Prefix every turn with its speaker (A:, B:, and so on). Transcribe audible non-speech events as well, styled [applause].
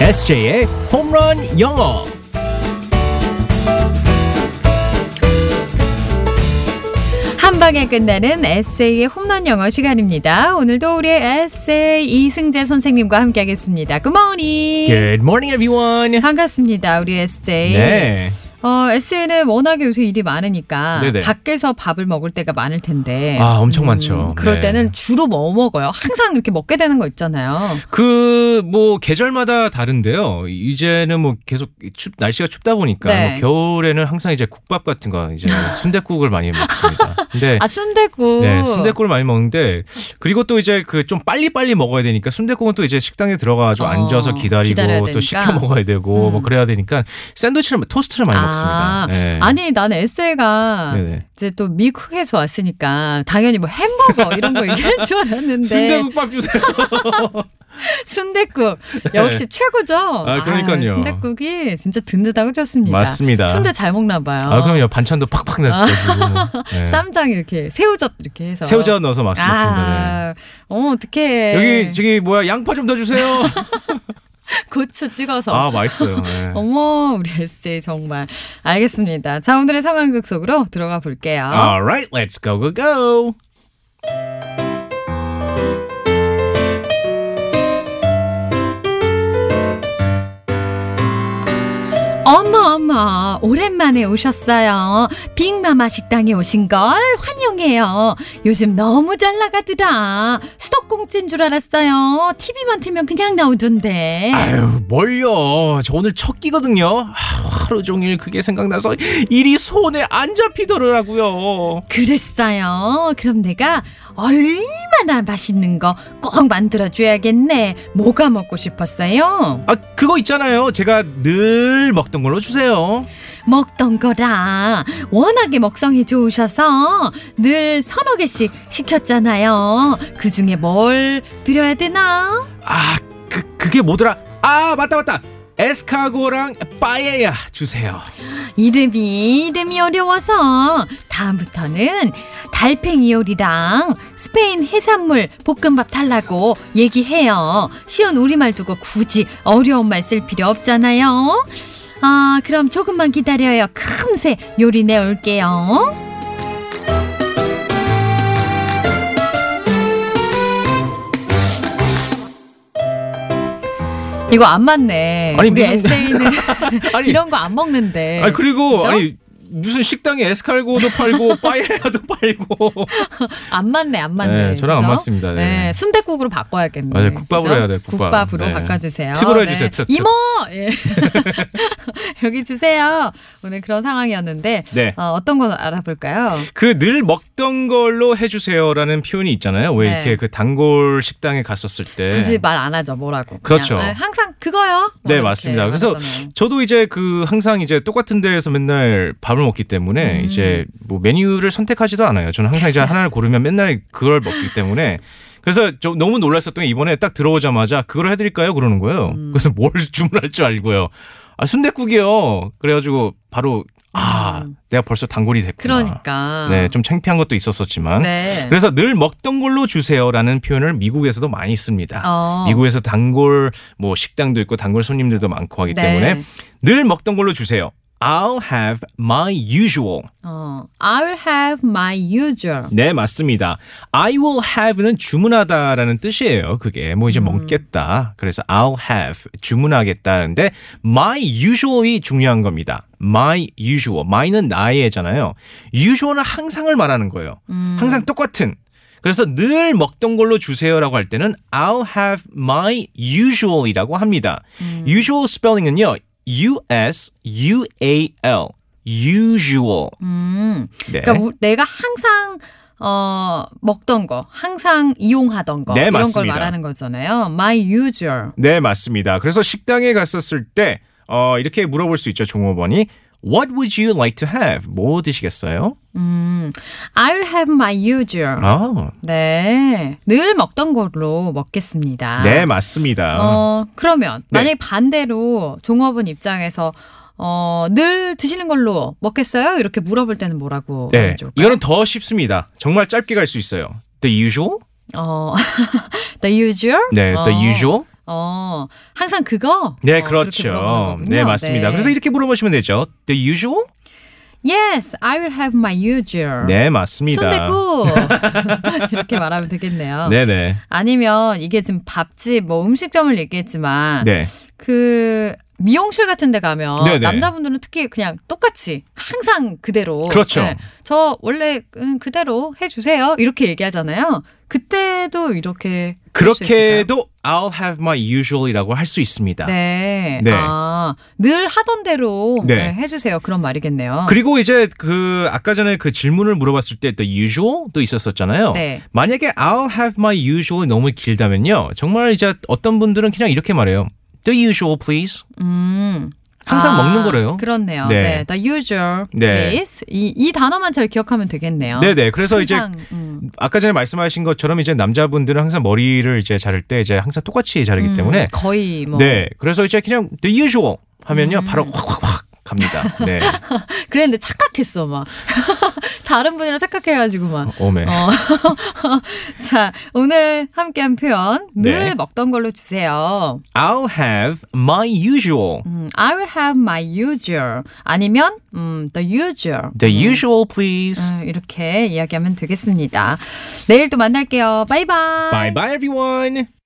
A: SJ의 홈런 영어.
B: 한 방에 끝나는 에세이의 홈런 영어 시간입니다. 오늘도 우리의 에세이 이승재 선생님과 함께하겠습니다. 굿모닝.
A: Good morning, everyone.
B: 반갑습니다. 우리 에세이.
A: 예. 네.
B: 어, 에세이는 워낙에 요새 일이 많으니까
A: 네네.
B: 밖에서 밥을 먹을 때가 많을 텐데. 음,
A: 아, 엄청 많죠.
B: 그럴
A: 네.
B: 때는 주로 뭐 먹어요? 항상 이렇게 먹게 되는 거 있잖아요.
A: 그 뭐 계절마다 다른데요. 이제는 뭐 계속 춥 날씨가 춥다 보니까
B: 네.
A: 뭐 겨울에는 항상 이제 국밥 같은 거
B: [laughs]
A: 이제 순대국을 많이 먹습니다. 근데
B: 아, 순대국.
A: 네, 순대국을 많이 먹는데 그리고 또 이제 그 좀 빨리빨리 먹어야 되니까 순대국은 또 이제 식당에 들어가서
B: 어,
A: 앉아서
B: 기다려야
A: 기다리고
B: 되니까.
A: 또 시켜 먹어야 되고
B: 음.
A: 뭐 그래야 되니까 샌드위치를 토스트를 많이
B: 아,
A: 먹습니다. 네.
B: 아니, 나는 에세이가
A: 네네.
B: 이제 또 미국에서 왔으니까 당연히 뭐 햄버거 이런 거 얘기할 줄 알았는데
A: 순대국밥 주세요.
B: 순대국 역시 최고죠.
A: 네. 아, 그러니까요.
B: 순대국이 진짜 든든하고 좋습니다.
A: 맞습니다.
B: 순대 잘 먹나 봐요.
A: 아, 그럼요. 아. 반찬도 팍팍 넣고. [laughs] 네.
B: 쌈장 이렇게 새우젓 이렇게 해서
A: 새우젓 넣어서 맛- 맛있습니다.
B: 아, 어 어떻게
A: 네. 여기 저기 뭐야 양파 좀 더 [laughs] 주세요.
B: 고추 찍어서.
A: 아 [laughs] 맛있어요. 네.
B: 어머 우리 SJ 정말 알겠습니다. 자 오늘의 상황극 속으로 들어가 볼게요.
A: Alright, let's go go go.
B: 어머 어머 오랜만에 오셨어요. 빅마마 식당에 오신 걸 환영해요. 요즘 너무 잘 나가더라. 수도꼭지인 줄 알았어요. TV만 틀면 그냥 나오던데.
A: 아유 뭘요? 저 오늘 첫 끼거든요. 아, 하루 종일 그게 생각나서 일이 손에 안 잡히더라고요.
B: 그랬어요. 그럼 내가 얼마나 맛있는 거 꼭 만들어 줘야겠네. 뭐가 먹고 싶었어요?
A: 아 그거 있잖아요. 제가 늘 먹던 걸로 주세요.
B: 먹던 거라 워낙에 먹성이 좋으셔서 늘 서너 개씩 시켰잖아요. 그 중에 뭘 드려야 되나?
A: 아 그 그게 뭐더라? 아 맞다 맞다. 에스카고랑 빠에야 주세요.
B: 이름이 이름이 어려워서 다음부터는 달팽이 요리랑 스페인 해산물 볶음밥 달라고 얘기해요. 쉬운 우리말 두고 굳이 어려운 말 쓸 필요 없잖아요. 아, 그럼 조금만 기다려요. 금세 요리 내올게요. 이거 안 맞네.
A: 아니,
B: 우리
A: 무슨-
B: 에세이는
A: [laughs] 아니
B: 이런 거 안 먹는데.
A: 아니 그리고
B: 네. 그죠?
A: 아니 무슨 식당에 에스칼고도
B: [laughs]
A: 팔고 빠에야도 팔고.
B: 안 맞네, 안 맞네.
A: 네, 저랑 안
B: 그죠?
A: 맞습니다. 네.
B: 네, 순대국으로 바꿔야겠네.
A: 맞아요, 국밥으로
B: 그죠?
A: 해야 돼요, 국밥.
B: 으로
A: 네.
B: 바꿔주세요.
A: 팁으로 해주세요, 팁, 팁.
B: 이모, 예. [laughs] 여기 주세요. 오늘 그런 상황이었는데
A: 네.
B: 어, 어떤 거 알아볼까요?
A: 그 늘 먹던 걸로 해주세요라는 표현이 있잖아요. 왜
B: 네.
A: 이렇게 그 단골 식당에 갔었을 때.
B: 굳이 말 안 하죠, 뭐라고. 그냥,
A: 네. 그렇죠.
B: 아, 항상 그거요. 뭐
A: 네,
B: 이렇게
A: 맞습니다. 그래서
B: 말하잖아요.
A: 저도 이제 그 항상 이제 똑같은 데에서 맨날 밥을 먹기 때문에
B: 음.
A: 이제 뭐 메뉴를 선택하지도 않아요. 저는 항상 이제 하나를 고르면 맨날 그걸 먹기 때문에 그래서 저 너무 놀랐었던 게 이번에 딱 들어오자마자 그걸 해드릴까요? 그러는 거예요.
B: 음.
A: 그래서 뭘 [laughs] 주문할 줄 알고요. 아, 순대국이요. 그래가지고 바로 아,
B: 음.
A: 내가 벌써 단골이 됐구나.
B: 그러니까.
A: 네, 좀 창피한 것도 있었었지만.
B: 네.
A: 그래서 늘 먹던 걸로 주세요라는 표현을 미국에서도 많이 씁니다.
B: 어.
A: 미국에서 단골 뭐 식당도 있고 단골 손님들도 많고 하기
B: 네.
A: 때문에 늘 먹던 걸로 주세요. I'll have my usual.
B: 어, I'll have my usual.
A: 네, 맞습니다. I will have는 주문하다라는 뜻이에요. 그게 뭐
B: 음.
A: 이제 먹겠다. 그래서 I'll have 주문하겠다는데 my usual이 중요한 겁니다. my usual. my는 나의잖아요. usual은 항상을 말하는 거예요.
B: 음.
A: 항상 똑같은. 그래서 늘 먹던 걸로 주세요라고 할 때는 I'll have my usual이라고 합니다.
B: 음.
A: usual 스펠링은요. U S U A L. usual.
B: 음.
A: 네.
B: 그러니까 우- 내가 항상 어 먹던 거, 항상 이용하던 거
A: 네,
B: 이런
A: 맞습니다.
B: 걸 말하는 거잖아요. My usual.
A: 네, 맞습니다. 그래서 식당에 갔었을 때 어, 이렇게 물어볼 수 있죠, 종업원이. What would you like to have? 뭐 드시겠어요?
B: 음, I'll have my usual.
A: 아,
B: 네, 늘 먹던 걸로 먹겠습니다.
A: 네, 맞습니다.
B: 아. 어 그러면
A: 네.
B: 만약에 반대로 종업원 입장에서 어 늘 드시는 걸로 먹겠어요? 이렇게 물어볼 때는 뭐라고
A: 네,
B: 하면 좋을까요?
A: 이거는 더 쉽습니다. 정말 짧게 갈 수 있어요. The usual?
B: 어, [laughs] the usual.
A: 네, the
B: 어.
A: usual.
B: 어, 항상 그거?
A: 네,
B: 어, 그렇게 물어보는
A: 그렇죠.
B: 거군요.
A: 네, 맞습니다.
B: 네.
A: 그래서 이렇게 물어보시면 되죠. The usual?
B: Yes, I will have my usual.
A: 네, 맞습니다.
B: 순대국
A: [laughs]
B: 이렇게 말하면 되겠네요.
A: 네네.
B: 아니면 이게 지금 밥집 뭐 음식점을 얘기했지만
A: 네.
B: 그 미용실 같은 데 가면
A: 네네.
B: 남자분들은 특히 그냥 똑같이 항상 그대로 네.
A: 그렇죠.
B: 저 원래 음, 그대로 해 주세요. 이렇게 얘기하잖아요. 그때도 이렇게 할수 있을까요?
A: 그렇게도 I'll have my usual이라고 할 수 있습니다.
B: 네.
A: 네.
B: 아, 늘 하던 대로
A: 네. 그렇죠.
B: 네, 해 주세요. 그런 말이겠네요.
A: 그리고 이제 그 아까 전에 그 질문을 물어봤을 때 the usual도 있었었잖아요.
B: 네.
A: 만약에 I'll have my usual 너무 길다면요. 정말 이제 어떤 분들은 그냥 이렇게 말해요. The usual please.
B: 음.
A: 항상
B: 아,
A: 먹는 거래요.
B: 그렇네요.
A: 네.
B: 네. The usual
A: 네.
B: please. 이, 이 단어만 잘 기억하면 되겠네요.
A: 네네. 그래서 이제
B: 항상, 음,
A: 아까 전에 말씀하신 것처럼 이제 남자분들은 항상 머리를 이제 자를 때 이제 항상 똑같이 자르기
B: 음,
A: 때문에
B: 거의 뭐
A: 네. 그래서 이제 그냥 the usual 하면요.
B: 음.
A: 바로 확확확 갑니다.
B: [laughs]
A: 네.
B: 그랬는데 착각했어 막 [laughs] 다른 분이랑 착각해가지고 막
A: 오메.
B: 어. [laughs] 자 오늘 함께한 표현 늘
A: 네.
B: 먹던 걸로 주세요.
A: I'll have my usual.
B: 음, I will have my usual 아니면 음, the usual.
A: The
B: 음,
A: usual please.
B: 음, 이렇게 이야기하면 되겠습니다. 내일 또 만날게요. 바이바이.
A: Bye bye everyone.